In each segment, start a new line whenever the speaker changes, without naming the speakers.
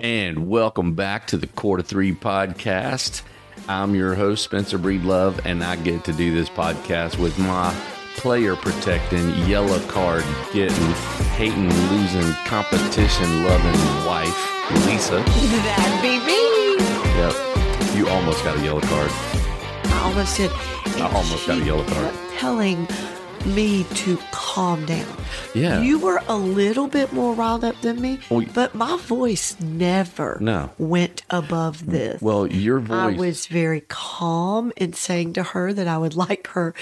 And welcome back to the Quarter Three podcast. I'm your host, Spencer Breedlove, and I get to do this podcast with my player protecting, yellow card getting, hating, losing, competition loving wife, Lisa.
That'd be me.
Yep. You almost got a yellow card.
I almost did.
I almost got a yellow card.
Telling me to calm down.
Yeah.
You were a little bit more riled up than me,
Well, y-
but my voice never
No. Mm,
went above this.
well, your voice.
I was very calm in saying to her that I would like her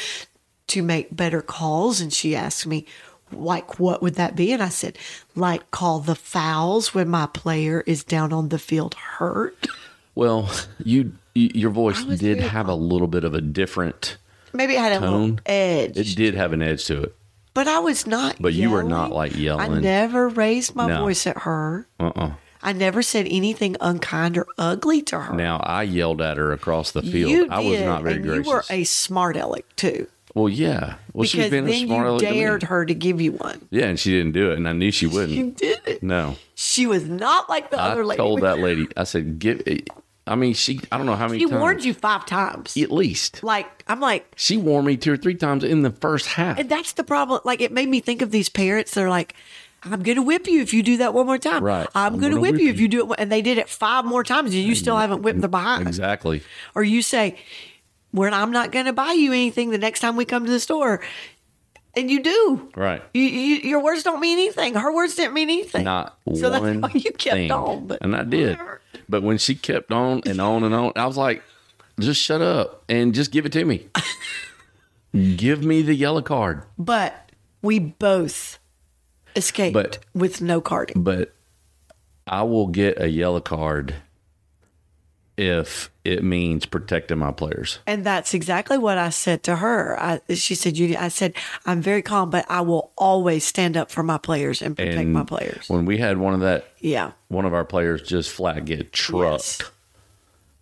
to make better calls. And she asked me, like, what would that be? And I said, like, call the fouls when my player is down on the field hurt.
Well, you y- your voice
was
did
very
have a little bit of a different.
Maybe it had a little
Tone.
edge.
It did have an edge to it.
But I was not.
But you were not,
yelling.
like, yelling.
I never raised my
No.
voice at her.
Uh uh
I never said anything unkind or ugly to her.
Now I yelled at her across the field.
You
I was
did,
not very
and
gracious.
You were a smart aleck too,
well, yeah. Well, she's
because
been
then
a smart
you
aleck to me.
dared her to give you one.
Yeah, and she didn't do it, and I knew she wouldn't.
You did it.
no,
She was not like the
I
other lady.
told that lady. I said, "Give." I mean, she. I don't know how many.
He
times,
warned you five times.
At least
Like I'm like,
she warned me two or three times in the first half.
And that's the problem. Like it made me think of these parents. They're like, I'm gonna whip you if you do that one more time.
Right.
I'm, gonna, whip, you if you do it. one-" And they did it five more times, and you still haven't whipped the behind.
Exactly.
Or you say, "Well, I'm not gonna buy you anything the next time we come to the store," and you do.
Right.
You, you, your words don't mean anything. Her words didn't mean anything.
Not
so that's
one
why you kept
thing.
on. But
and I did. But when she kept on and on and on, I was like, just shut up and just give it to me. give me the yellow card.
But we both escaped
But-
with no carding.
But I will get a yellow card if it means protecting my players.
And that's exactly what I said to her. I, she said, "You." I said, "I'm very calm, but I will always stand up for my players and protect
And
my players."
When we had one of that
Yeah,
one of our players just flat get
Yes.
trucked.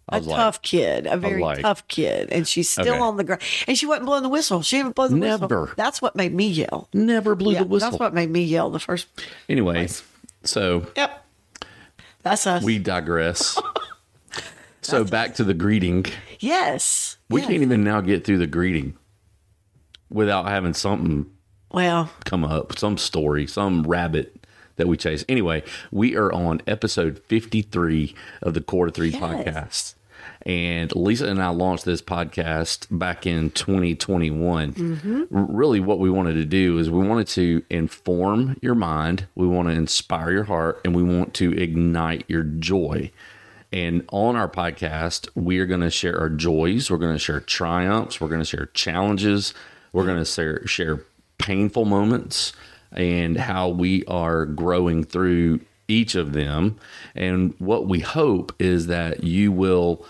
I
a
was like,
tough kid, a very
like-
tough kid, and she's still
Okay.
on the ground. And she wasn't blowing the whistle. She didn't blow the
Never.
whistle. That's what made me yell.
Never blew
Yeah,
the whistle.
That's what made me yell the first.
anyway, so
Yep, that's us.
we digress. so back to the greeting.
yes,
We
yes.
can't even now get through the greeting without having something
Well,
come up, some story, some rabbit that we chase. Anyway, we are on episode 53 of the Quarter Three
Yes.
podcast. And Lisa and I launched this podcast back in 2021. R- Really, what we wanted to do is we wanted to inform your mind, we want to inspire your heart, and we want to ignite your joy. And on our podcast, we are going to share our joys. We're going to share triumphs. We're going to share challenges. We're going to share, share painful moments and how we are growing through each of them. And what we hope is that you will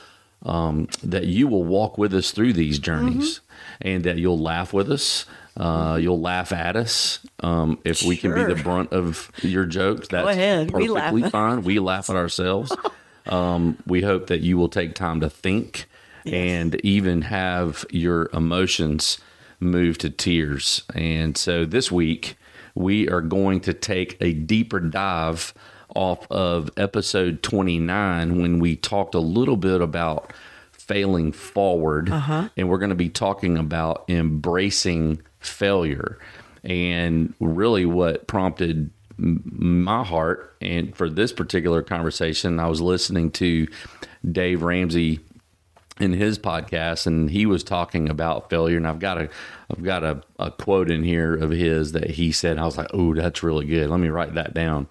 um, that you will walk with us through these journeys and that you'll laugh with us. Uh, you'll laugh at us um, if we can be the
Sure.
brunt of your jokes. That's
ahead.
perfectly
We laugh at
fine. We laugh at ourselves. um, we hope that you will take time to think and even have your emotions move to tears. And so this week, we are going to take a deeper dive off of episode 29 when we talked a little bit about failing forward.
Uh-huh.
And we're going to be talking about embracing failure. And really, what prompted my heart and for this particular conversation i was listening to dave ramsey in his podcast and he was talking about failure and i've got a i've got a, a quote in here of his that he said i was like oh that's really good let me write that down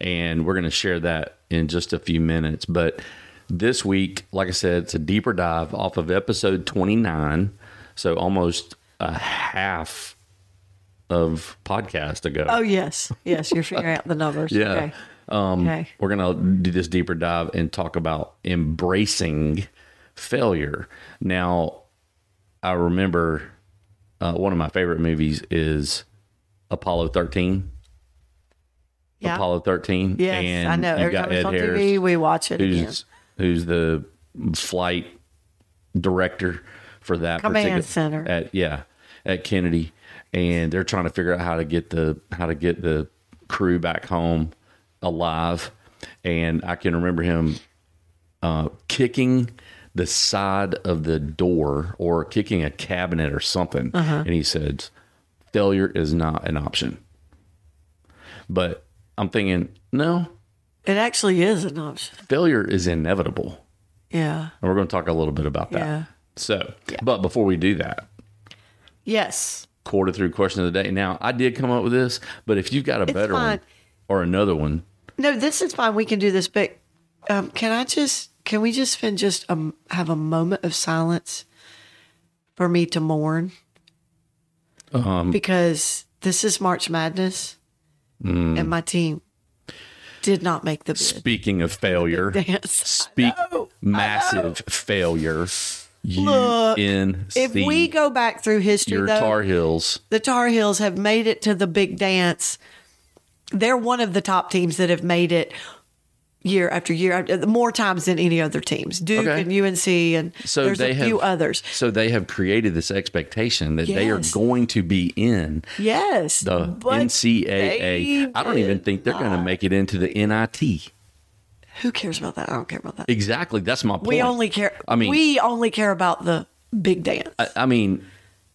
and we're going to share that in just a few minutes but this week like i said it's a deeper dive off of episode 29 so almost a half of podcast ago
oh yes, yes, you're figuring out the numbers.
Yeah.
Okay. Um, okay.
we're going to do this deeper dive and talk about embracing failure. Now, I remember uh, one of my favorite movies is Apollo 13.
Yeah.
Apollo 13.
Yes, I know.
you
Every
got
time it's
Ed
on
Harris,
TV, we watch it again.
who's, who's the flight director for that
Command
particu-
center.
at yeah at Kennedy, and they're trying to figure out how to get the how to get the crew back home alive. and I can remember him uh, kicking the side of the door or kicking a cabinet or something,
Uh-huh.
and he said, "Failure is not an option." But I'm thinking, no,
It actually is an option.
failure is inevitable.
Yeah.
And we're going to talk a little bit about that.
Yeah.
So, but before we do that,
Yes.
quarter through question of the day. Now, I did come up with this, but if you've got a better one
fine.
or another one,
No, this is fine. We can do this, but um, can I just can we just spend just um have a moment of silence for me to mourn? because this is March Madness, and my team did not make the bid.
speaking of failure,
Dance.
speak massive failure. You
Look,
in
If we go back through history,
your
though,
Tar Heels,
the Tar Heels have made it to the big dance. They're one of the top teams that have made it year after year, after- more times than any other teams. Duke
Okay.
and UNC, and
So
there's
they
a few
have-
others.
so they have created this expectation that they are
Yes.
going to be in
Yes,
the
but
NCAA.
they
I don't even think they're going to make it into the NIT.
Who cares about that? I don't care about that.
Exactly, that's my point.
We only care.
I mean-
we only care about the big dance.
I- I mean,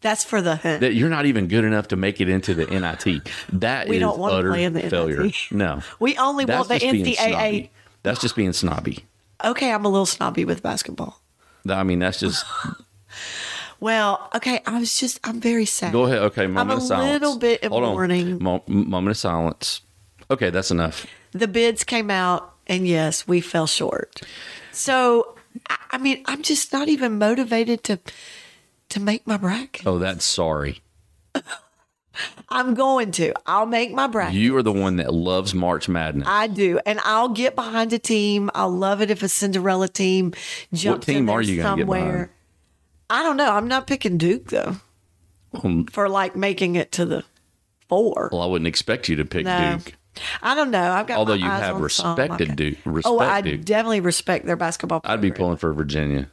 That's for the hint.
that you're not even good enough to make it into the NIT. That
We
is
don't wanna
utter
play in the NIT.
failure. No,
We only want the
just being
NCAA.
snobby. That's just being snobby.
Okay, I'm a little snobby with basketball.
That- I mean, that's just
Well, okay, I was just. I'm very sad.
go ahead. Okay, moment
a
of silence.
little bit of
Hold on.
warning.
Mo- moment of silence. Okay, that's enough.
the bids came out and yes we fell short so i I mean i'm just not even motivated to to make my bracket
Oh, that's sorry.
i'm going to i'll make my bracket
You are the one that loves March Madness.
i do and i'll get behind a team i love it if a cinderella team jumps in
team
there
are you gonna get
somewhere
behind?
i don't know i'm not picking duke though
Um,
for like making it to the four
well, I wouldn't expect you to pick
No.
Duke.
i don't know i've got
Although
my
you
eyes
have
on some,
respected
okay.
Duke, respect
oh i
Duke.
definitely respect their basketball
I'd be
program.
pulling for Virginia.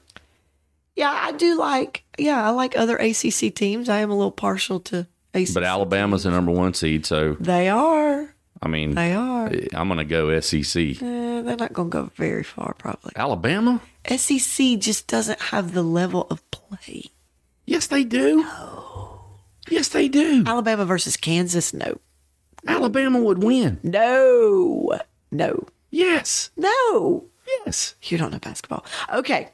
Yeah, I do like. Yeah, I like other ACC teams. I am a little partial to ACC.
But Alabama's the number one seed, so
they are.
I mean,
They are. Eh,
I'm going to go E SEC.
they're not going to go very far, probably.
Alabama?
SEC just doesn't have the level of play.
Yes, they do. Yes, they do.
Alabama versus Kansas, no,
Alabama would win.
no, no,
Yes.
no.
Yes.
You don't know basketball. Okay,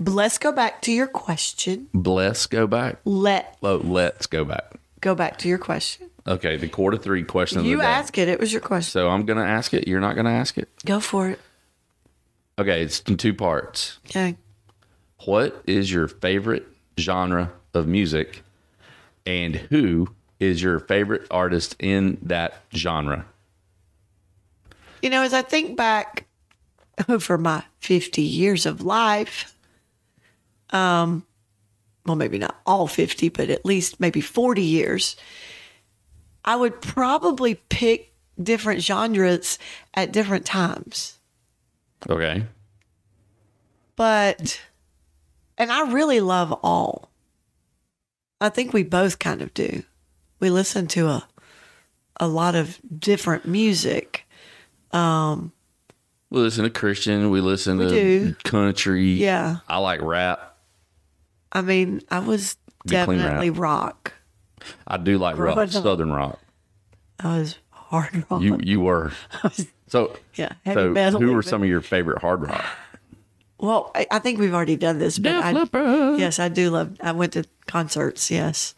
but let's go back to your question.
Bless go back.
Let
Oh, let's go back.
go back to your question.
Okay, the quarter three question of
You
the day.
ask it. It was your question.
so I'm gonna ask it. You're not gonna ask it.
Go for it.
Okay, it's in two parts.
Okay.
What is your favorite genre of music, and who is your favorite artist in that genre?
You know, as I think back over my 50 years of life, um, well, maybe not all 50, but at least maybe 40 years, I would probably pick different genres at different times.
Okay.
But, and I really love all. I think we both kind of do. We listen to a, a lot of different music.
We listen to Christian. We listen to
do.
country.
Yeah.
I like rap.
I mean, I was
Be clean rap.
definitely rock.
I do like rock,
Growing up.
southern rock.
I was hard rock.
You you were so
yeah, heavy
so.
metal.
Who were
even.
some of your favorite hard rock?
Well, I, I think we've already done this. But I,
Leppard.
Yes, I do love. I went to concerts. Yes,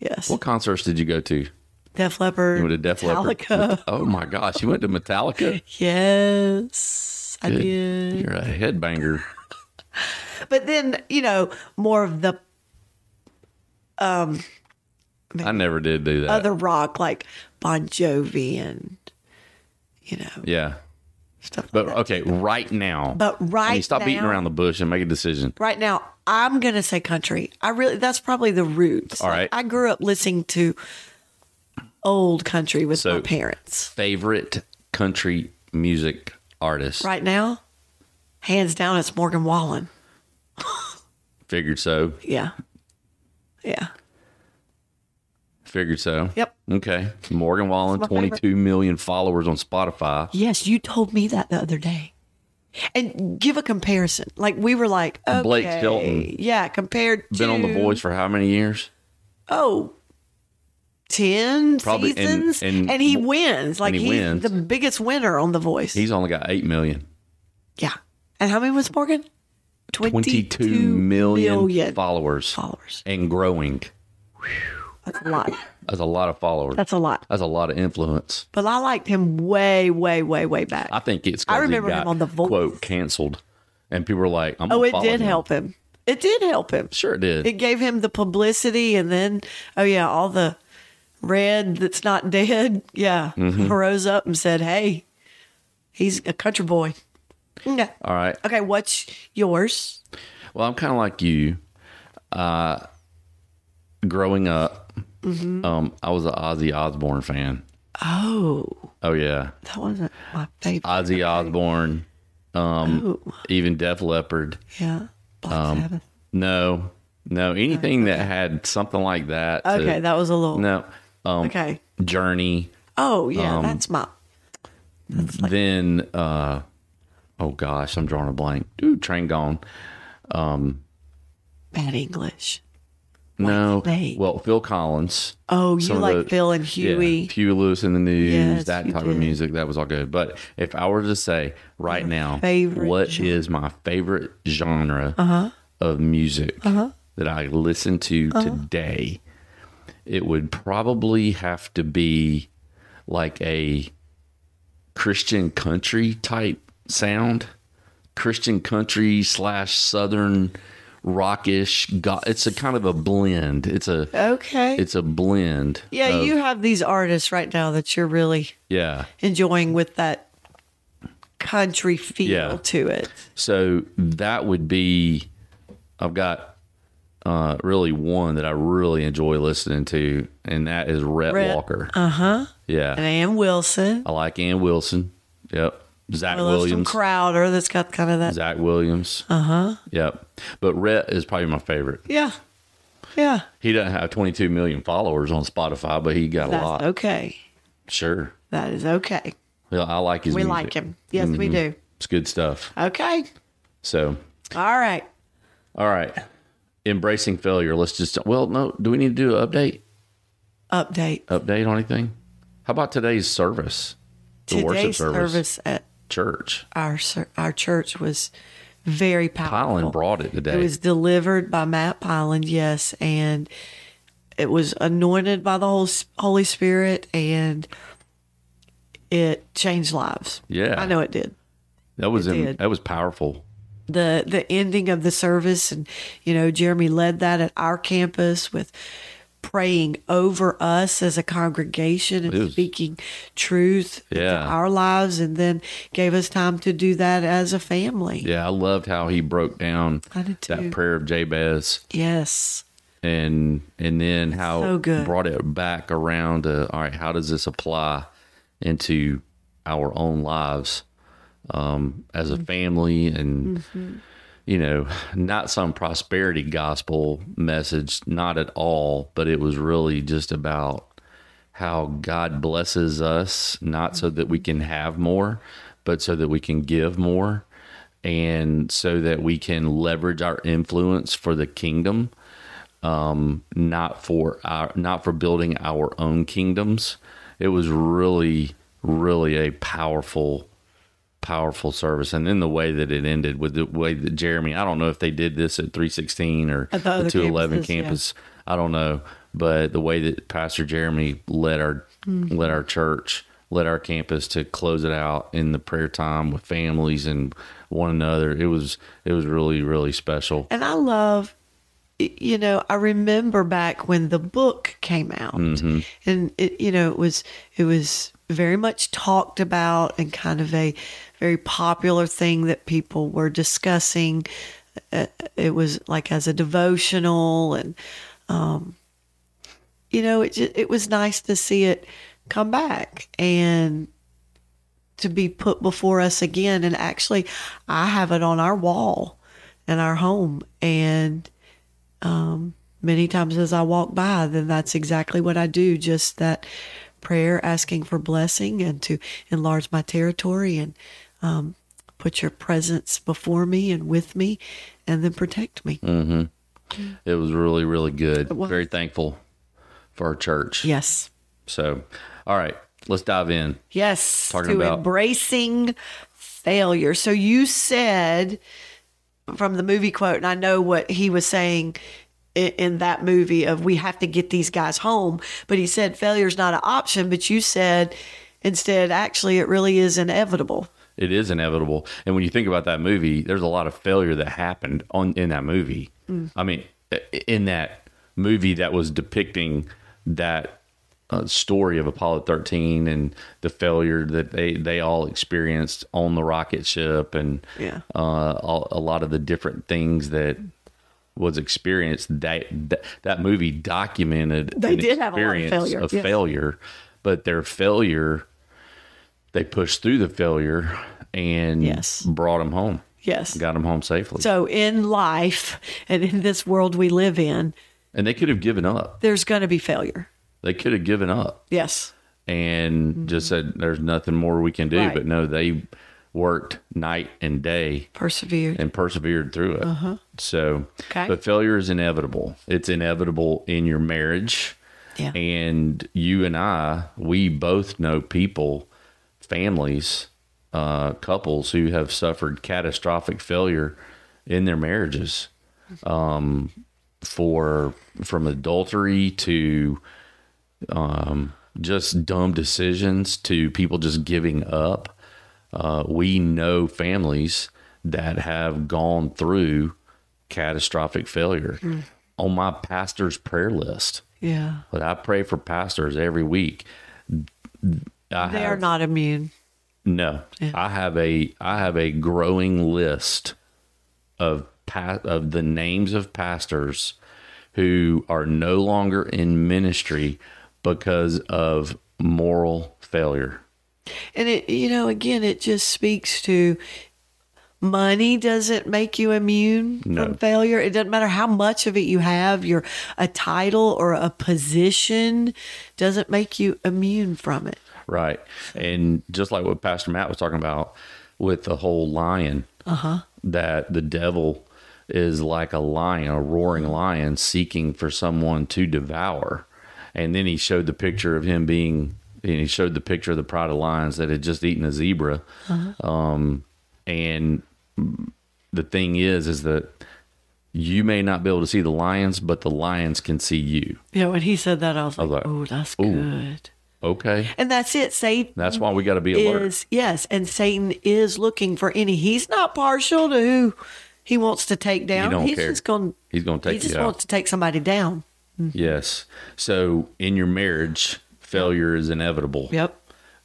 yes.
What concerts did you go to?
Def Leppard.
You went to Def Leppard.
Metallica.
Met- Oh my gosh, you went to Metallica.
Yes, I
Good.
did.
You're a headbanger.
But then you know more of the
I never did do that.
other rock, like Bon Jovi and you know
yeah,
stuff. like
but
that.
okay, right now.
But
I mean,
right
stop beating
now-
around the bush and make a decision.
right now i'm gonna say country i really that's probably the roots
All
Like,
right.
i grew up listening to old country with
So-
my parents
Favorite country music artist?
right now hands down it's morgan wallen
Figured so.
yeah yeah
Figured so.
Yep.
Okay. Morgan Wallen,
my favorite.
22 million followers on Spotify.
Yes, you told me that the other day. And give a comparison. Like we were like, okay,
Blake Shelton.
Yeah, compared to
Been on The Voice for how many years?
Oh, 10
Probably- and-
seasons and,
and-
he wins. Like
he
he's
wins.
the biggest winner on the voice.
He's only got 8 million.
yeah. And how many was Morgan?
22 million,
million
followers
followers.
and growing.
That's a lot.
That's a lot of followers.
That's a lot.
That's a lot of influence.
But I liked him way, way, way, way back.
I think it's 'cause
I
he
remember him
got,
on The Voice.
quote canceled, and people were like, "I'm."
oh,
gonna
it
follow
did
him.
help him. It did help him.
Sure, it did.
It gave him the publicity, and then oh yeah, all the red that's not dead, yeah,
Mm-hmm.
rose up and said, "Hey, he's a country boy." Okay,
All right.
okay, what's yours?
Well, I'm kind of like you. Uh, growing up,
Mm-hmm.
um, I was an Ozzy Osbourne fan.
Oh,
Oh yeah,
that wasn't
Um,
my favorite.
Ozzy Osbourne,
oh,
even Def Leppard.
yeah, Black
um,
Sabbath.
No, no, anything that had something like that. to-
Okay, that was a little
no, um,
okay.
Journey.
Oh yeah, that's my
then uh oh gosh i'm drawing a blank dude train gone
bad English.
no
Snake.
well phil collins
Oh, you
Some of
like
those-
Phil and
yeah,
Huey?
Huey Lewis in the news,
Yes,
that
you
type
did.
of music, that was all good. But if I were to say right now, what is
favorite Uh-huh.
my favorite genre of music that I listen to today, it would probably have to be like a Christian country type sound, Christian country slash southern rockish. Go- it's a kind of a blend. It's a
Okay.
it's uh, a blend.
yeah, you have these artists right now that you're really
Yeah.
enjoying with that country feel
Yeah.
to it.
So that would be, I've got uh, really one that I really enjoy listening to, and that is Rhett,
Rhett. uh-huh.
Walker. Uh huh.
And
Yeah.
Ann Wilson,
I like Ann Wilson. Yep. Zach
Willis from
Williams.
Crowder, that's got kind of that.
Zach Williams. Uh
Uh-huh.
huh. Yep. But Rhett is probably my favorite.
Yeah, yeah,
He doesn't have 22 million followers on Spotify, but he got
that's
a lot.
okay.
Sure.
That is okay.
Yeah, I like his
We
music. Mm-hmm.
like him. Yes, we do.
It's good stuff.
Okay,
So
all right.
All right. Embracing failure. Let's just well, no, do we need to do an update?
Update
Update on anything? How about today's service? The worship
today's
service,
service. at
church.
our cer- our church was very powerful.
Colin brought it today.
Oh, It was delivered by Matt Pyland, yes, and it was anointed by the whole Holy Spirit, and it changed lives.
Yeah.
I know it did.
that was in,
did.
that was powerful.
the The ending of the service, and you know, Jeremy led that at our campus with praying over us as a congregation and
It was-
speaking truth into
Yeah.
our lives, and then gave us time to do that as a family.
Yeah, I loved how he broke down
I did too.
that prayer of Jabez
Yes.
and and then how
So good.
brought it back around to all right, how does this apply into our own lives um, as a
Mm-hmm.
family and you know, not some prosperity gospel message, not at all, but it was really just about how God blesses us, not so that we
Mm-hmm.
can have more, but so that we can give more and so that we can leverage our influence for the kingdom um not for our not for building our own kingdoms it was really really a powerful powerful service and then the way that it ended with the way that jeremy i don't know if they did this at 316 or
At the other
211
campuses, yeah.
campus i don't know but the way that pastor jeremy led our
Mm-hmm.
led our church led our campus to close it out in the prayer time with families and one another it was it was really really special
And I love, y- you know, I remember back when the book came out, and it, you know, it was it was very much talked about and kind of a very popular thing that people were discussing. Uh, It was like as a devotional, and um, you know, it ju- it was nice to see it come back and to be put before us again. And actually, I have it on our wall in our home. And um, many times as I walk by, then that's exactly what I do. Just that prayer, asking for blessing and to enlarge my territory and um, put your presence before me and with me and then protect me.
It was really, really good.
was.
Very thankful for our church.
Yes.
So, all right, let's dive in.
Yes.
Talking
to
about-
embracing failure. So you said from the movie quote, and I know what he was saying in, in that movie of we have to get these guys home, but he said failure's not an option, but you said instead, actually, it really is inevitable.
It is inevitable. And when you think about that movie, there's a lot of failure that happened on in that movie.
Mm.
I mean, i- in that movie that was depicting that uh, story of Apollo 13 and the failure that they they all experienced on the rocket ship and
Yeah.
uh, all, a lot of the different things that was experienced that that, that movie documented
They
an
did have a lot of
experience
failure,
of
yes.
failure but their failure they pushed through the failure and
Yes.
brought them home
Yes.
got them home safely
So in life and in this world we live in,
and they could have given up
there's going to be failure.
they could have given up
Yes.
and just said there's nothing more we can do
Mm-hmm. Right.
but no they worked night and day
Persevere.
and persevered through it. So,
Uh-huh. Okay.
but failure is inevitable. It's inevitable in your marriage.
Yeah.
And you and I, we both know people, families, uh, couples who have suffered catastrophic failure in their marriages um, for from adultery to um, just dumb decisions to people just giving up uh, we know families that have gone through catastrophic failure. On my pastor's prayer list,
Yeah.
but I pray for pastors every week. I
They
have,
are not immune.
no,
Yeah.
I have a I have a growing list of pa- of the names of pastors who are no longer in ministry because of moral failure.
And it, you know, again, it just speaks to money doesn't make you immune from failure. It doesn't matter how much of it you have, your a title or a position doesn't make you immune from it.
Right. And just like what Pastor Matt was talking about with the whole lion, that the devil is like a lion, a roaring lion seeking for someone to devour. And then he showed the picture of him being, and he showed the picture of the pride of lions that had just eaten a zebra. Um, and the thing is, is that you may not be able to see the lions, but the lions can see you.
You know, when he said that, I was like,
like,
oh, that's good.
Okay.
And that's it. Satan
That's why we got to be alert.
is yes, and Satan is looking for any. He's not partial to who he wants to take down.
don't
he's
care.
just going.
He's going to take
He just
you out.
wants to take somebody down.
Yes. So in your marriage, failure is inevitable.
Yep.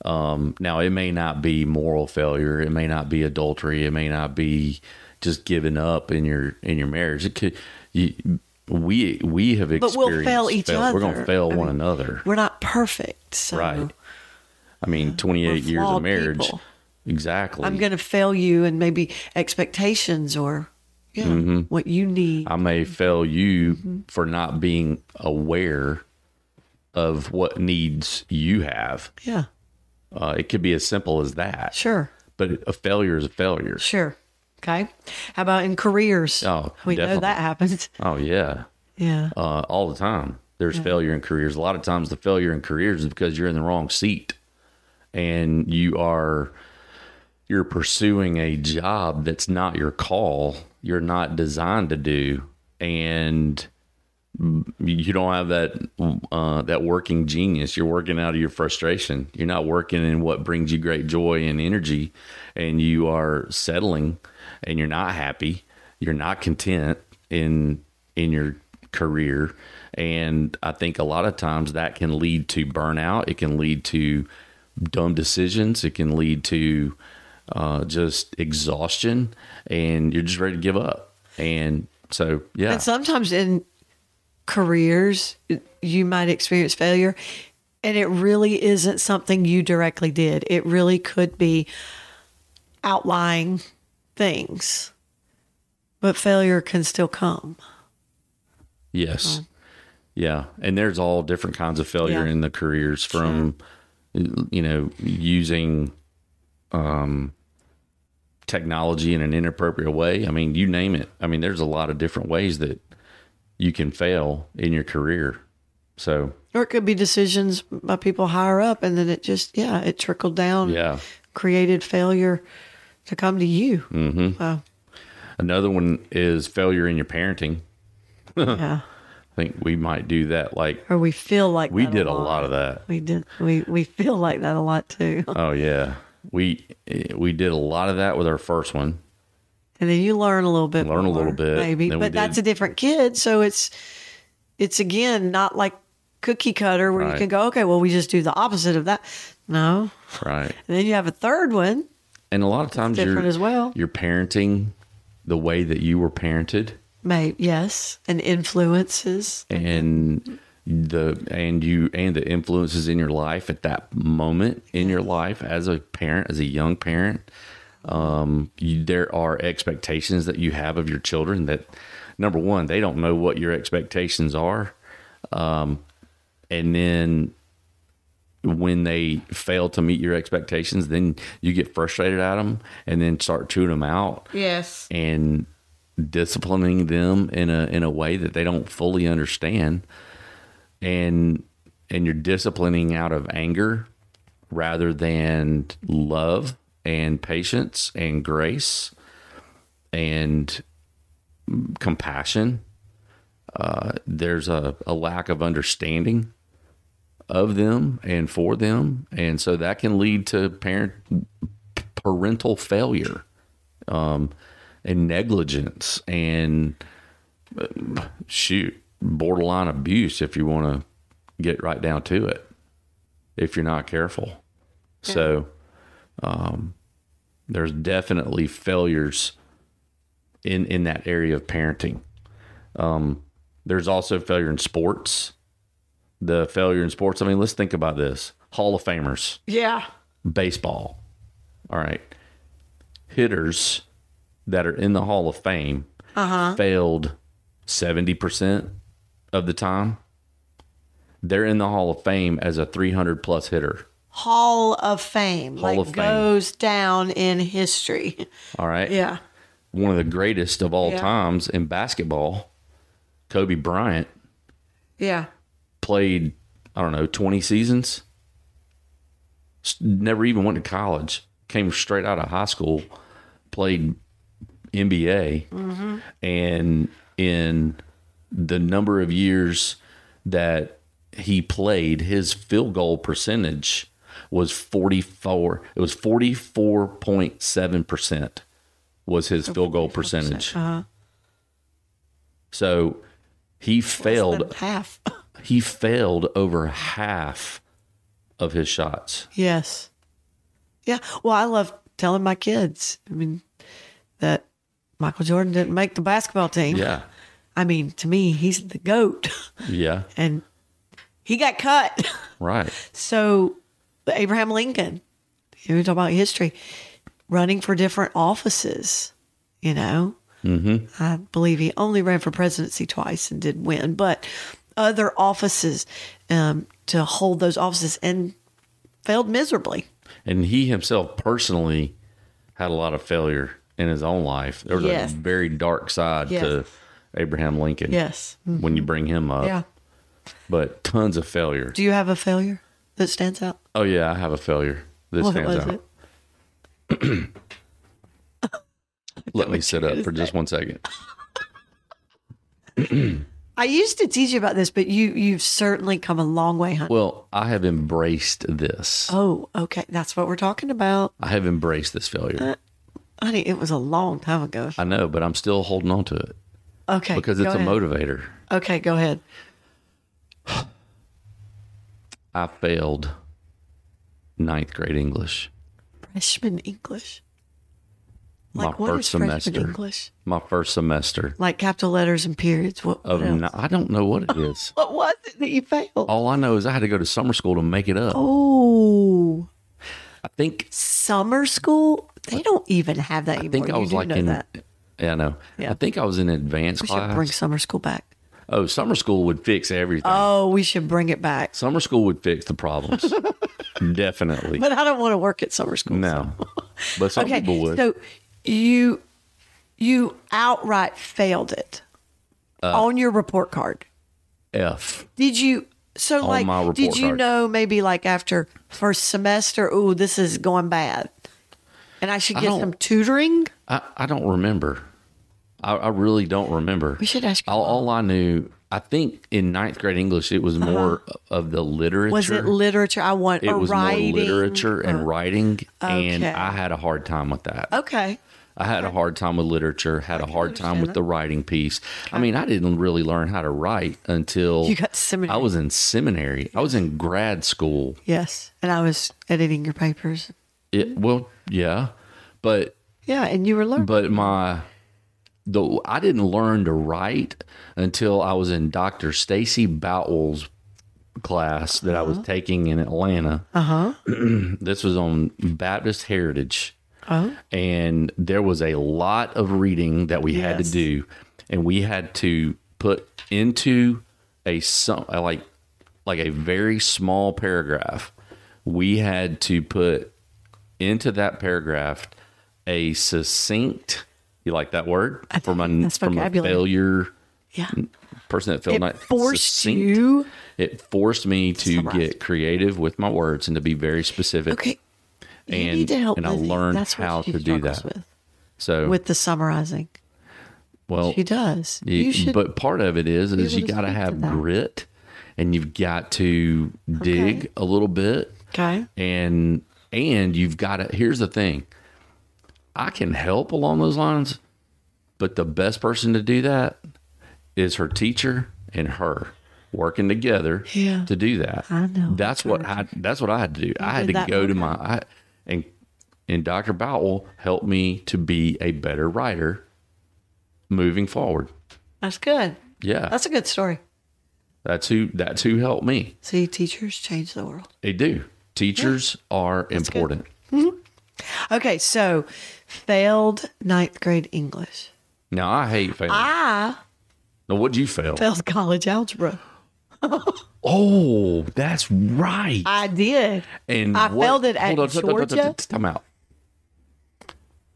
Um, now, it may not be moral failure. It may not be adultery. It may not be just giving up in your in your marriage. It could. You, we we have
But
experienced.
we'll fail each
fail- We're going
other.
to fail
I
one
mean,
another.
We're not perfect, so
Right. I mean, twenty eight
we're
years of
flawed
marriage.
people.
Exactly.
I'm going to fail you, and maybe expectations or yeah,
Mm-hmm.
what you need.
I may fail you
Mm-hmm.
for not being aware of what needs you have.
yeah,
Uh, it could be as simple as that.
sure,
But a failure is a failure.
sure. Okay. How about in careers?
Oh,
we know
definitely.
that happens.
Oh yeah,
Yeah.
uh, all the time. There's failure in careers. A lot of times, the failure in careers is because you're in the wrong seat, and you are you're pursuing a job that's not your call. You're not designed to do, and you don't have that uh, that working genius. You're working out of your frustration. You're not working in what brings you great joy and energy, and you are settling, and you're not happy. You're not content in in your career, and I think a lot of times that can lead to burnout. It can lead to dumb decisions. It can lead to uh, just exhaustion, and you're just ready to give up. And so, yeah,
And sometimes in careers, you might experience failure, and it really isn't something you directly did. It really could be outlying things, but failure can still come.
yes. Yeah, and there's all different kinds of failure
Yeah.
in the careers from you know using um technology in an inappropriate way. I mean, you name it. I mean, there's a lot of different ways that you can fail in your career. So,
Or it could be decisions by people higher up, and then it just, yeah, it trickled down,
yeah.
created failure to come to you. Mm-hmm. Wow.
Another one is failure in your parenting. Mm-hmm.
yeah.
I think we might do that like
Or we feel like
we
that
did a lot of that.
We did. We we feel like that a lot too.
Oh yeah. We eh, we did a lot of that with our first one.
And then you learn a little bit.
Learn a little
more,
bit,
maybe.
then we
But that's
did.
a different kid, so it's it's again not like cookie cutter where
Right.
you can go, okay, well, we just do the opposite of that. No.
Right.
And then you have a third one.
And a lot of times
different
you're,
as well.
you're parenting the way that you were parented
Maybe yes, and influences.
and the and you and the influences in your life at that moment in your life as a parent as a young parent um you, there are expectations that you have of your children that number one they don't know what your expectations are Um, and then when they fail to meet your expectations then you get frustrated at them and then start chewing them out
Yes.
and disciplining them in a in a way that they don't fully understand and and you're disciplining out of anger rather than love and patience and grace and compassion uh, there's a, a lack of understanding of them and for them and so that can lead to parent parental failure and negligence and uh, shoot borderline abuse if you want to get right down to it if you're not careful so um, there's definitely failures in in that area of parenting um, there's also failure in sports the failure in sports i mean let's think about this hall of famers
Yeah.
baseball. All right. Hitters that are in the Hall of Fame
Uh-huh.
failed 70% of the time. They're in the Hall of Fame as a 300 plus hitter.
Hall of Fame. like
of Fame.
goes down in history.
All right.
Yeah.
One of the greatest of all
Yeah.
times in basketball, Kobe Bryant,
Yeah.
played, I don't know, 20 seasons. S- Never even went to college. Came straight out of high school, played NBA. And in the number of years that he played, his field goal percentage was 44. It was 44.7% was his field goal percentage. So he failed
Than half.
he failed over half of his shots.
Yes. Yeah. Well, I love telling my kids, I mean, that Michael Jordan didn't make the basketball team.
Yeah.
I mean, to me, he's the GOAT
Yeah.
and he got cut.
Right.
So, Abraham Lincoln, you know, we talk about history, running for different offices, you know. Mm-hmm. I believe he only ran for presidency twice and did win, but other offices um, to hold those offices and failed miserably.
And he himself personally had a lot of failure in his own life. There was
Yes.
a very dark side
Yes.
to Abraham Lincoln
Yes.
when you bring him up,
Yeah.
but tons of failure.
Do you have a failure that stands out?
Oh, yeah. I have a failure. This
What
stands
was
out.
it?
Let me sit up for just one second.
I used to teach you about this, but you you've certainly come a long way, honey.
Well, I have embraced this.
Oh, okay. That's what we're talking about.
I have embraced this failure.
Honey, it was a long time ago.
I know, but I'm still holding on to it
Okay.
because
go
it's a
ahead.
motivator.
Okay, go ahead.
I failed ninth grade English.
Freshman English.
My
Like what is
first
freshman
semester.
English?
my first semester
Like capital letters and periods. What,
of
what, else?
ni- I don't know what it is.
what was it that you failed? Oh.
All I know is I had to go to summer school to make it up. I think
Oh, summer school? They don't even have
I
that anymore.
think I
You
was
do
like
know
in
that.
yeah, I know.
Yeah.
I think I was in advanced
We should
class.
bring summer school back.
Oh, summer school would fix everything.
Oh, we should bring it back.
summer school would fix the problems. Definitely.
But I don't want to work at summer school.
no. But some
Okay.
people would.
So you you outright failed it
Uh,
on your report card.
F.
Did you so like
my report
did you
card.
know maybe like after first semester, ooh, this is going bad. And I should get
don't-
some tutoring?
I, I don't remember. I, I really don't remember.
We should ask your
All, all I knew, I think in ninth grade English, it was more of the literature.
Uh-huh. Was it literature? I want
It
or
was
writing.
more literature and writing, and
Okay.
I had a hard time with that.
Okay.
I had a hard time with literature. Had a hard time
understand
with the writing piece. I mean, I didn't really learn how to write until
You got to seminary.
I was in seminary. I was in grad school.
Yes. And I was editing your papers.
It, well, yeah, but
Yeah, and you were learning.
but my the I didn't learn to write until I was in Dr. Stacy Bowles class that I was
Uh-huh.
taking in Atlanta. Uh-huh. this was on Baptist Heritage.
Oh.
And there was a lot of reading that we had to
Yes.
do and we had to put into a some like like a very small paragraph. We had to put into that paragraph a succinct you like that word from a
that's
from a
vocabulary.
failure
yeah.
person that failed
It
not
forced
succinct.
you.
it forced me to
Summarize.
get creative with my words and to be very specific
Okay. You
and
need to help
and I
Lizzie.
learned
That's what
how
she
to do
struggles
that
With,
so
with the summarizing.
well
She does.
you-
you should
Oh, but part of it is is
able
you
to
got to
speak to
have
that.
grit and you've got to dig a little bit
Okay.
and and you've got to here's the thing i can help along those lines but the best person to do that is her teacher and her working together
Yeah.
to do that
I know.
that's what i that's what i had to do i had
did
to
that
go to my I, and and dr bowell helped me to be a better writer moving forward
That's good.
yeah
That's a good story.
that's who that's who helped me
See, teachers change the world.
they do teachers are important
Okay, so failed ninth grade English.
now i hate failing
I
now what'd you fail
failed college algebra.
Oh, that's right.
I did.
and
I failed it at
hold on, t- t- t- t-
Georgia.
t- Time out.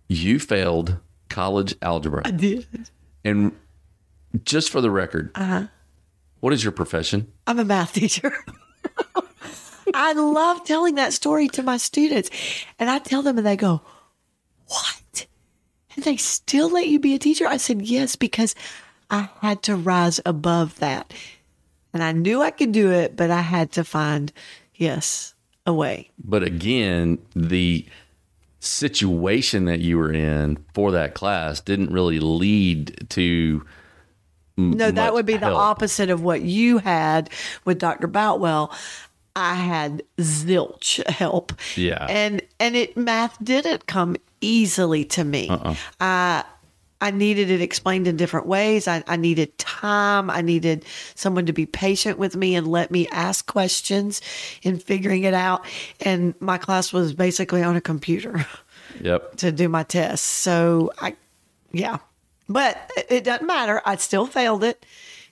You failed college
I
algebra,
did.
and just for the record,
Uh-huh.
what is your profession?
I'm a math teacher. I love telling that story to my students. And I tell them, and they go, What? And they still let you be a teacher? I said, Yes, because I had to rise above that. And I knew I could do it, but I had to find, yes, a way.
But again, the situation that you were in for that class didn't really lead to
No, that
much
would be the
help.
opposite of what you had with Dr. Boutwell. I had zilch help.
Yeah.
And and it math didn't come easily to me.
Uh-uh.
I I needed it explained in different ways. I, I needed time. I needed someone to be patient with me and let me ask questions in figuring it out. And my class was basically on a computer
yep.
to do my tests. So I, yeah, but it- it doesn't matter. I still failed it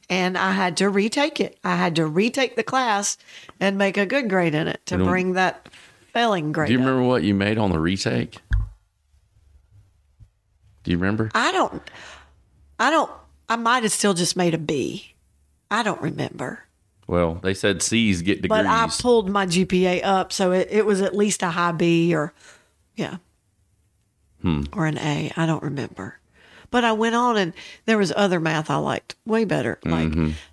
and I had to retake it. I had to retake the class and make a good grade in it to bring that failing grade.
Do you
up.
remember what you made on the retake? Do you remember?
I don't, I don't, I might have still just made a B. I don't remember.
Well, they said C's get degrees.
But I pulled my GPA up, so it, it was at least a high B or, yeah,
Hmm.
or an A. I don't remember. But I went on, and there was other math I liked way better, like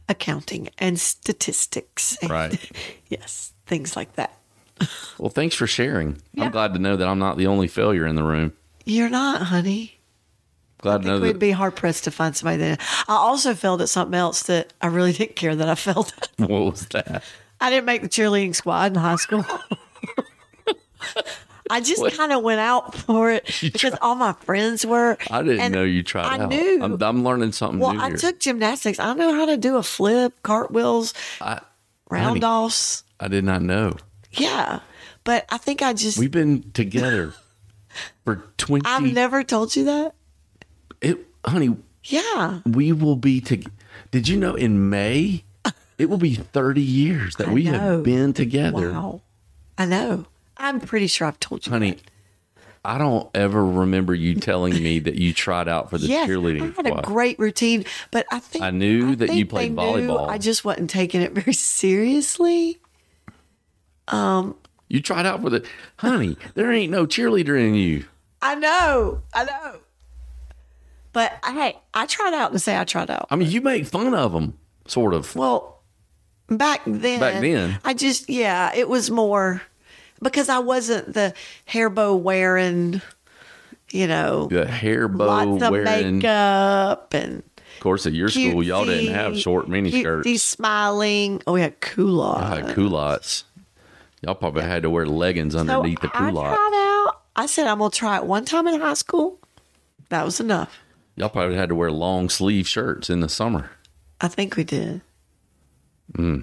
accounting and statistics. And
Mm-hmm. Right.
yes, things like that.
Well, thanks for sharing. I'm glad to know that I'm not the only failure in the room.
You're not, honey.
Glad to know
We'd
that.
be hard pressed to find somebody that. I also failed at something else that I really didn't care that I failed at.
what was that?
I didn't make the cheerleading squad in high school. I just kind of went out for it because all my friends were.
I didn't
and
know you tried
I
out.
knew.
I'm, I'm learning something
well,
new
I
here.
took gymnastics. I know how to do a flip, cartwheels, round
honey.
offs.
I did not know.
Yeah, but I think I just.
We've been together for 20.
I've never told you that.
it, honey,
Yeah.
We will be to. Did you know in May it will be 30 years that
I
we
know.
have been together?
Wow. I know. I'm pretty sure I've told you.
Honey, I don't ever remember you telling me that you tried out for the
Yes,
cheerleading
I had a
squad.
great routine, but I think
I knew that you
think
played
they knew
volleyball.
I just wasn't taking it very seriously.
you tried out for the honey. There ain't no cheerleader in you.
I know, I know. But hey, I tried out and say I tried out.
I mean, you make fun of them, sort of.
Well, back then,
Back then.
I just yeah, it was more because I wasn't the hair bow wearing, you know,
The hair bow
lots of
wearing.
makeup and
Of course, at your school, y'all didn't have short mini skirts.
These smiling. Oh, we had culottes.
I had culottes. Y'all probably had to wear leggings
So
underneath the
I
culotte.
tried out. I said I'm gonna try it one time in high school. That was enough.
Y'all probably had to wear long sleeve shirts in the summer,
I think we did.
Hmm.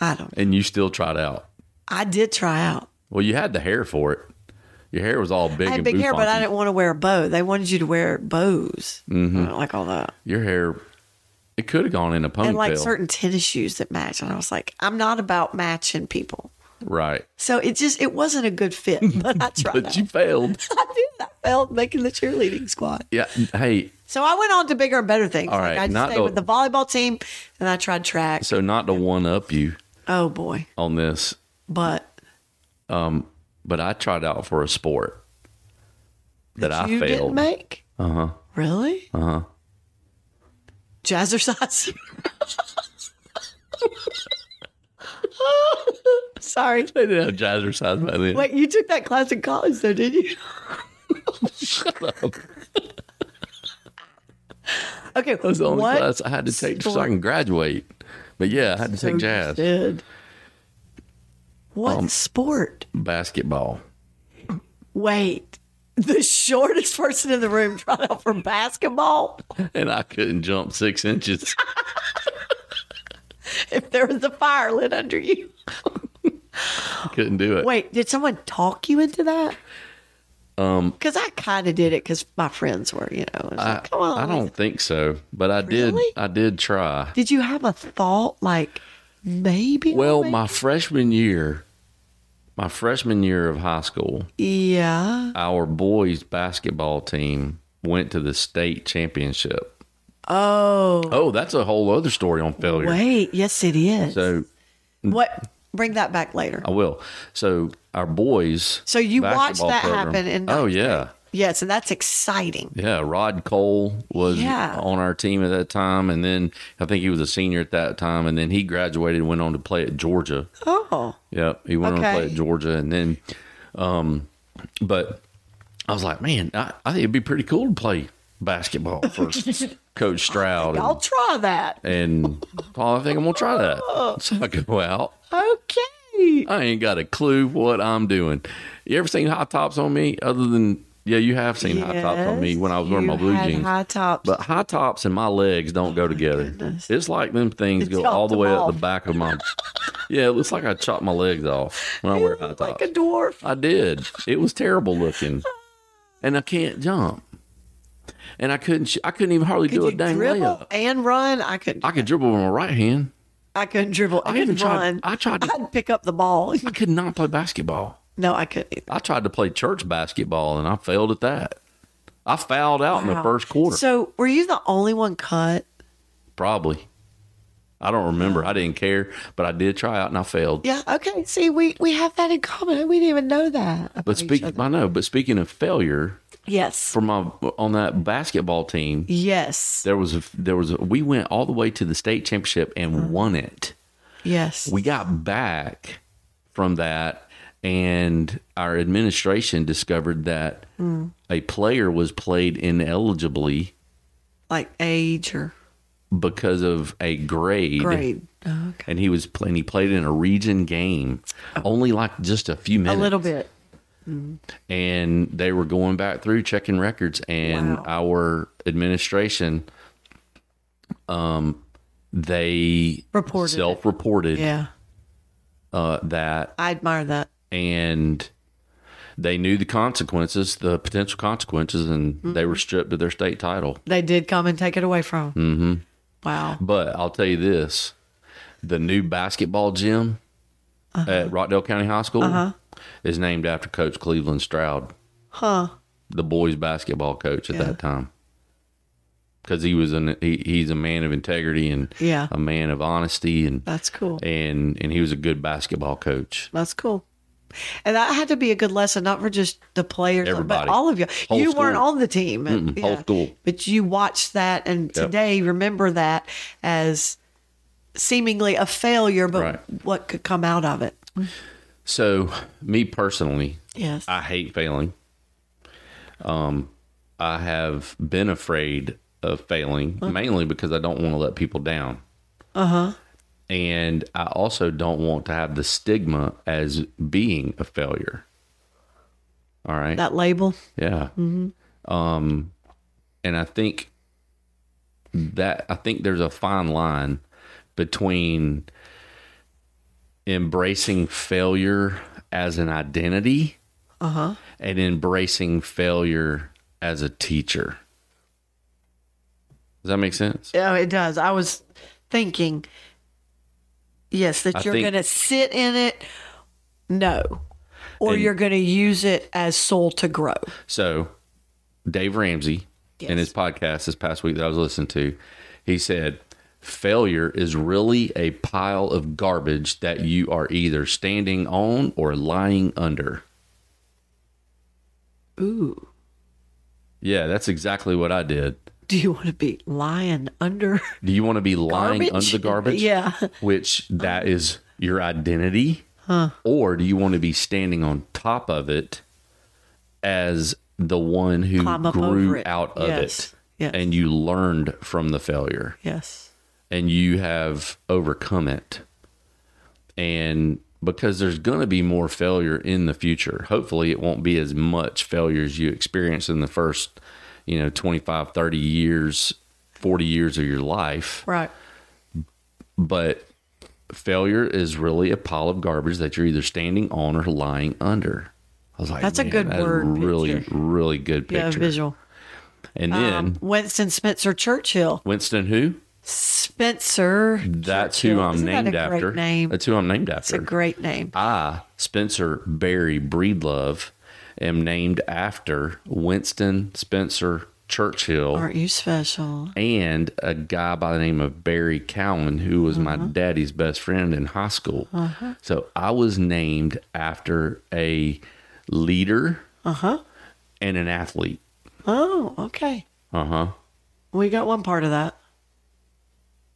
I don't.
and you still tried out.
I did try out.
Well, you had the hair for it. Your hair was all big
I
and
had big hair, but I
bouffonky.
didn't want to wear a bow. They wanted you to wear bows.
Mm-hmm.
I don't like all that.
Your hair, it could have gone in a ponytail,
And like certain tennis shoes that match. And I was like, I'm not about matching people.
right?
So it just it wasn't a good fit. But I tried.
But
out.
you failed.
I did. I failed making the cheerleading squad.
Yeah. Hey,
So I went on to bigger and better things.
All
Like,
right,
I just
not
stayed
the-
with the volleyball team, and I tried track.
so not to one up you
oh boy.
on this,
But
but I tried out for a sport that, I
you
failed. Uh-huh.
didn't make? Uh huh. Really? Uh huh. Jazzercise. Sorry.
they didn't have jazzercise by then.
Wait, you took that class in college, though, did you?
Shut up.
Okay.
That was the only class I had to take so I can graduate. But yeah, I had to take jazz, Um,
Did. What sport?
basketball.
Wait. The shortest person in the room tried out for basketball.
and I couldn't jump six inches.
If there was a fire lit under you.
couldn't do it.
Wait, did someone talk you into that? Um, because I kind of did it because my friends were, you know. it's
I,
like, come on,
I don't think so, but I
Really?
did. I did try.
Did you have a thought like maybe?
Well,
I'll
my freshman year, my freshman year of high school,
make- yeah.
our boys basketball team went to the state championship.
Oh,
Oh, that's a whole other story on failure.
wait, yes, it is.
Oh, So
what? Bring that back later.
I will. So our boys.
So you watched
basketball
that
program-
happen in
oh
ninth
yeah.
Yes, and that's exciting.
Yeah, Rod Cole was
Yeah.
on our team at that time, and then I think he was a senior at that time, and then he graduated, and went on to play at Georgia.
Oh,
Yep, he went on to play
Okay.
at Georgia, and then, um, but I was like, man, I, I think it'd be pretty cool to play basketball for Coach Stroud,
I'll try that.
and, and oh, I think I'm gonna try that. So I go out.
Okay.
I ain't got a clue what I'm doing. You ever seen high tops on me? Other than yeah, you have seen high tops on me
Yes,
when I was wearing my
you
blue
had
jeans.
High tops.
But high tops and my legs don't go together.
goodness.
It's like them things
It
go all
chopped
the
them
way up
off.
the back of my. yeah, it looks like I chopped my legs off when I wear high tops.
like a dwarf.
I did. It was terrible looking, and I can't jump, and I couldn't. sh- I couldn't even hardly do a
You
dang
dribble
layup.
and run. I could.
I could dribble with my right hand.
I couldn't dribble. I,
I even
couldn't
tried-
run.
I tried to-
I'd pick up the ball.
I could not play basketball.
No, I couldn't.
I tried to play church basketball, and I failed at that. I fouled out in the first quarter,
So, were you the only one cut?
probably. I don't remember. I didn't care, but I did try out and I failed.
Yeah. Okay. See, we we have that in common. We didn't even know that. about
But
each
speak,
other.
I know. But speaking of failure,
Yes.
for my on that basketball team,
Yes.
there was a, there was a, we went all the way to the state championship and
Uh-huh.
won it.
Yes.
We got back from that, and our administration discovered that
Mm.
a player was played ineligibly
like age or
because of a grade,
grade. Oh, okay.
and he was playing. He played in a region game, only like just a few
A
minutes.
little bit.
and they were going back through checking records and
Wow.
our administration um they
Reported it.
self-reported
Yeah.
uh that
I admire that.
and they knew the consequences, the potential consequences, and they
Mm-hmm.
were stripped of their state title.
They did come and take it away from them. Mm-hmm. Wow.
But I'll tell you this the new basketball gym at Rockdale County High School is named after Coach Cleveland Stroud,
Huh.
the boys' basketball coach at that time. Because he was an he, he's a man of integrity and
Yeah.
a man of honesty and
That's cool.
and and he was a good basketball coach.
That's cool. And that had to be a good lesson, not for just the players,
Everybody.
but all of you.
Whole
you weren't
school.
on the team. and-
Mm-mm, whole school.
But you watched that and today remember that as seemingly a failure, but
Right.
what could come out of it.
So me personally,
Yes.
I hate failing. Um, I have been afraid of failing mainly because I don't want to let people down. Uh huh. And I also don't want to have the stigma as being a failure. All right.
that label.
Yeah. Um, and I think that I think there's a fine line between embracing failure as an identity and embracing failure as a teacher. Does that make sense?
Yeah, Oh, it does. I was thinking, yes, that
I
you're
think-
going to sit in it. No. Or you're going to use it as soul to grow.
So, Dave Ramsey in his podcast this past week that I was listening to, he said, Failure is really a pile of garbage that you are either standing on or lying under.
Ooh.
Yeah, that's exactly what I did.
Do you want to be lying under?
Do you want to be lying
Garbage?
under the garbage?
Yeah.
Which that is your identity? Or do you want to be standing on top of it as the one who
Climb up over
grew
it.
out of
Yes.
it?
Yes.
And you learned from the failure.
Yes.
and you have overcome it. And because there's going to be more failure in the future. Hopefully it won't be as much failure as you experience in the first, you know, 25, 30 years, 40 years of your life,
Right.
but failure is really a pile of garbage that you're either standing on or lying under. I was like,
That's a
"Man,
good
that is
word
Really,
picture."
really good
Yeah, um,
picture.
visual.
and then
Winston Spencer Churchill.
Winston, who?
Spencer.
That's who
Churchill.
I'm
Isn't that
named
a great
after.
Name.
That's who I'm named after.
It's a great name.
I, Spencer Barry Breedlove, am named after Winston Spencer Churchill
Aren't you special?
and a guy by the name of Barry Cowan, who was my daddy's best friend in high school. So I was named after a leader and an athlete.
Oh, okay.
Uh huh.
We got one part of that.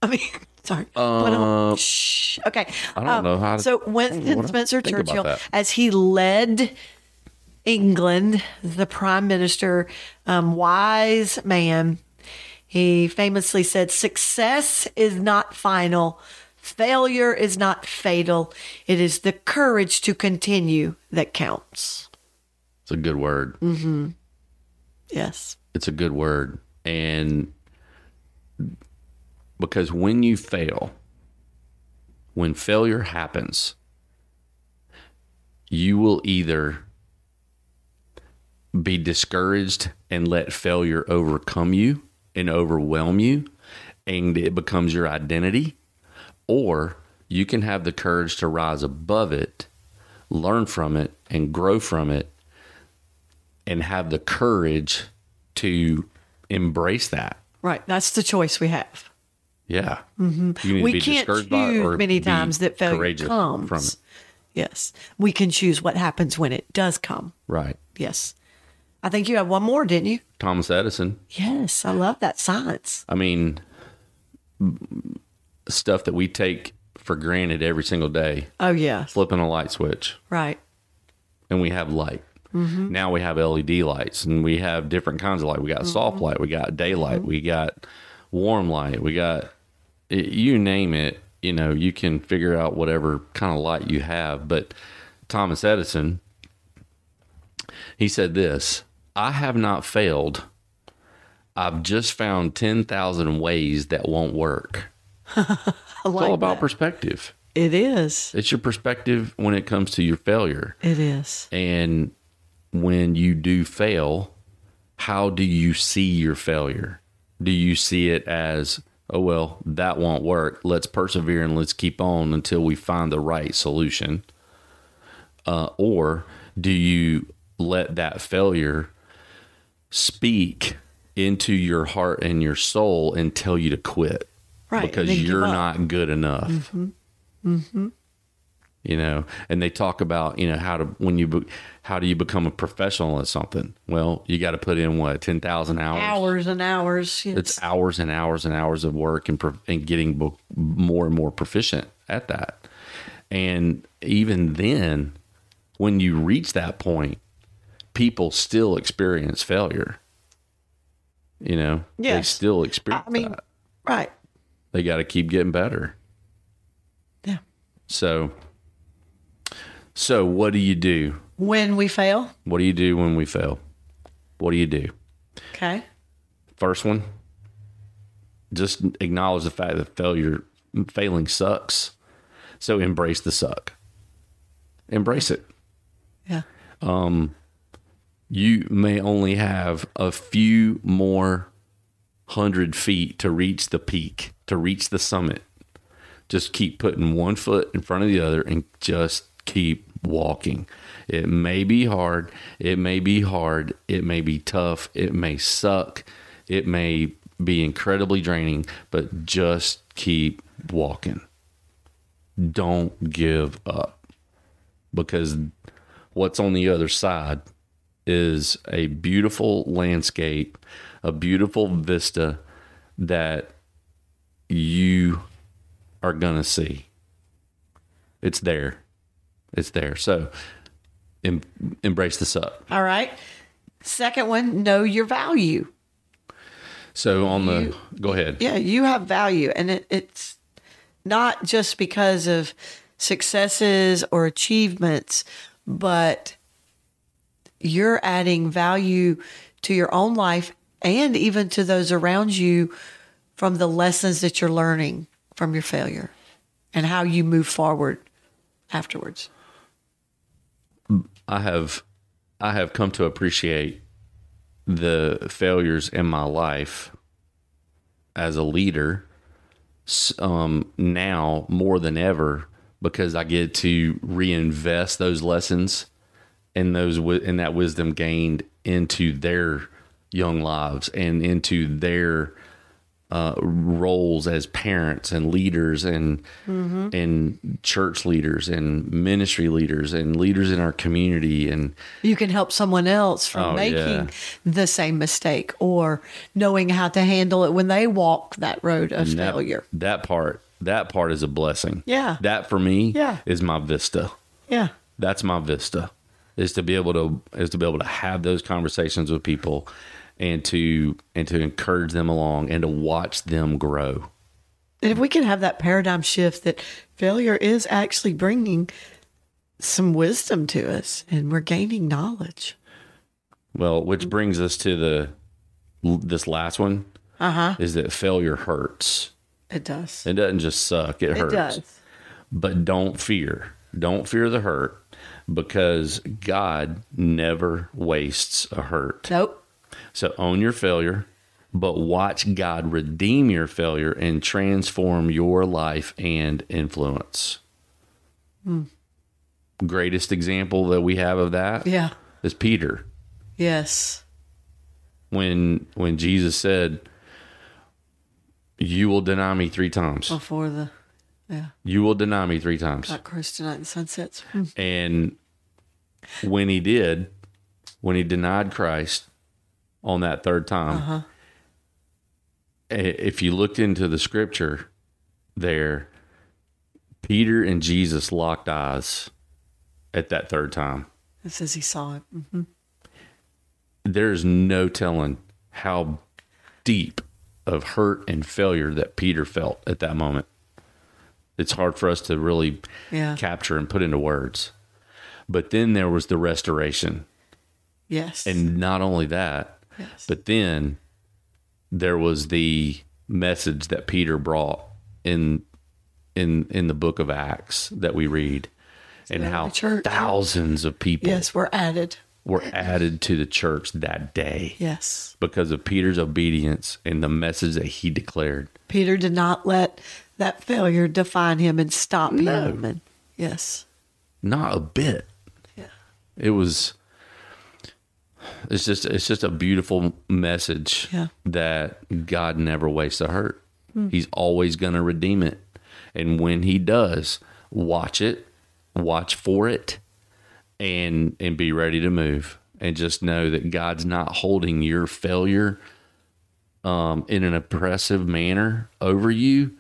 I mean, sorry. But, um, shh. Okay. I
Uh, don't know how to-
so
I don't know
Winston
what I
Spencer
think about
Churchill,
that.
as he led England, the prime minister, um, wise man, he famously said, "Success is not final." Failure is not fatal. It is the courage to continue that counts.
It's a good word.
Yes.
It's a good word. And because when you fail, when failure happens, you will either be discouraged and let failure overcome you and overwhelm you, and it becomes your identity, or you can have the courage to rise above it, learn from it, and grow from it, and have the courage to embrace that.
Right. That's the choice we have.
Yeah. Mm-hmm. You need
we can't choose many
be
times that failure
courageous
comes.
from it.
Yes, we can choose what happens when it does come.
Right.
Yes, I think you had one more, didn't you?
Thomas Edison.
Yes, I love that science.
I mean, m- stuff that we take for granted every single day.
Oh yes,
Flipping a light switch,
right.
and we have light. Now we have LED lights, and we have different kinds of light. We got soft light, we got daylight, we got warm light, we got i- you name it. You know, you can figure out whatever kind of light you have. But Thomas Edison, he said this I have not failed. I've just found 10,000 ways that won't work.
I
It's all
like
about perspective.
it is.
It's your perspective when it comes to your failure.
It is.
And when you do fail, how do you see your failure? Do you see it as, oh, well, that won't work. Let's persevere and let's keep on until we find the right solution? Uh, or do you let that failure speak into your heart and your soul and tell you to quit?
Right, and
Because
then give
you're
up. Mm-hmm.
not good enough you know and they talk about you know how to when you be, how do you become a professional at something well you got to put in what 10,000 hours
hours and hours. Yes.
it's hours and hours and hours of work and pro- and getting bo- more and more proficient at that and even then when you reach that point people still experience failure you know they
Yes.
still experience
I mean,
that.
right.
they got to keep getting better
Yeah.
so so what do you do
When we fail,
What do you do when we fail? What do you do?
okay.
First one, just acknowledge the fact that failure, failing sucks. So embrace the suck. Embrace it.
Yeah.
You may only have a few more hundred feet to reach the peak, to reach the summit. Just keep putting one foot in front of the other and just keep walking. It may be hard. It may be hard. It may be tough. It may suck. It may be incredibly draining, but just keep walking. Don't give up because what's on the other side is a beautiful landscape, a beautiful vista that you are going to see. It's there. It's there. So em- embrace the suck.
All right. Second one, know your value.
So on the go ahead.
Yeah, you have value, and it, it's not just because of successes or achievements, but you're adding value to your own life and even to those around you from the lessons that you're learning from your failure and how you move forward afterwards.
I have I have come to appreciate the failures in my life as a leader s- um now more than ever because I get to reinvest those lessons and those wi- and that wisdom gained into their young lives and into their uh, roles as parents and leaders and and church leaders and ministry leaders and leaders in our community and
You can help someone else from
Oh,
making
yeah.
the same mistake or knowing how to handle it when they walk that road of
that,
failure.
that part that part is a blessing.
Yeah.
That for me
Yeah.
is my vista.
Yeah.
That's my vista. Is to be able to is to be able to have those conversations with people and to and to encourage them along and to watch them grow.
And if we can have that paradigm shift that failure is actually bringing some wisdom to us and we're gaining knowledge.
Well, which brings us to the this last one
Uh huh.
is that failure hurts.
It does.
It doesn't just suck, it
It
hurts.
does.
But don't fear. Don't fear the hurt because God never wastes a hurt.
Nope.
So own your failure, but watch God redeem your failure and transform your life and influence. Greatest example that we have of that is
Yeah.
Peter
Yes.
when when Jesus said, "You will deny me three times.
Before the, yeah,
You will deny me three times."
like Christ tonight and sunsets.
And when he did, when he denied Christ on that third time, i- if you looked into the scripture there, Peter and Jesus locked eyes at that third time.
It says he saw it. Mm.
There's no telling how deep of hurt and failure that Peter felt at that moment. It's hard for us to really
Yeah.
capture and put into words. But then there was the restoration.
Yes.
And not only that,
yes.
but then there was the message that Peter brought in in in the book of Acts that we read and
Throughout
how
the church.
thousands of people
yes, we're added.
were added to the church that day
Yes.
because of Peter's obedience and the message that he declared.
Peter did not let that failure define him and stop
No.
him. And yes.
Not a bit.
Yeah.
It was it's just it's just a beautiful message
Yeah. Hmm.
that God never wastes a hurt. He's always going to redeem it. And when he does, watch it, watch for it and and be ready to move and just know that God's not holding your failure um, in an oppressive manner over you.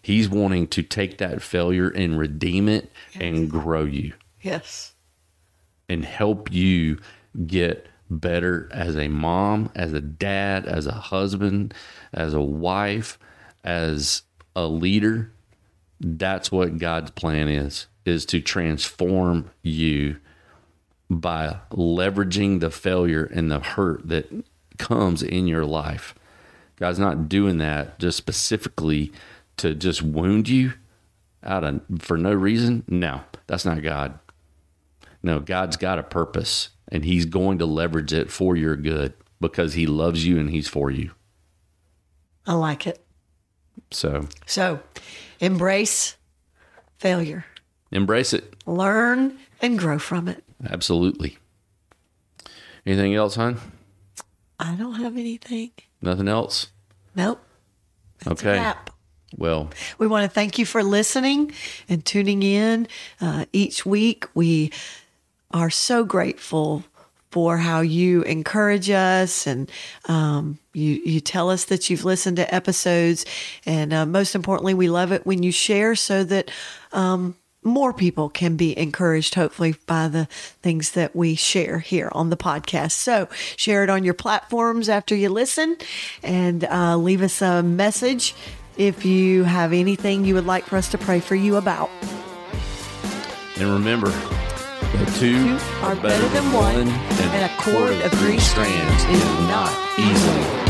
He's wanting to take that failure and redeem it and grow you
Yes.
and help you get better as a mom, as a dad, as a husband, as a wife, as a leader. That's what God's plan is is to transform you by leveraging the failure and the hurt that comes in your life. God's not doing that just specifically to just wound you out of for no reason. No, that's not God. No, God's got a purpose and he's going to leverage it for your good because he loves you and he's for you.
I like it.
So
So embrace failure,
embrace it.
learn and grow from it.
Absolutely. Anything else, hon?
I don't have anything.
Nothing else?
Nope. It's a
okay.
wrap.
Well,
We want to thank you for listening and tuning in uh, each week. We are so grateful for how you encourage us and um, you you tell us that you've listened to episodes, and uh, most importantly, we love it when you share so that. Um, more people can be encouraged, hopefully, by the things that we share here on the podcast. So, share it on your platforms after you listen and uh, leave us a message if you have anything you would like for us to pray for you about.
and remember the two
Two are better than one, and a cord of three strands is not easily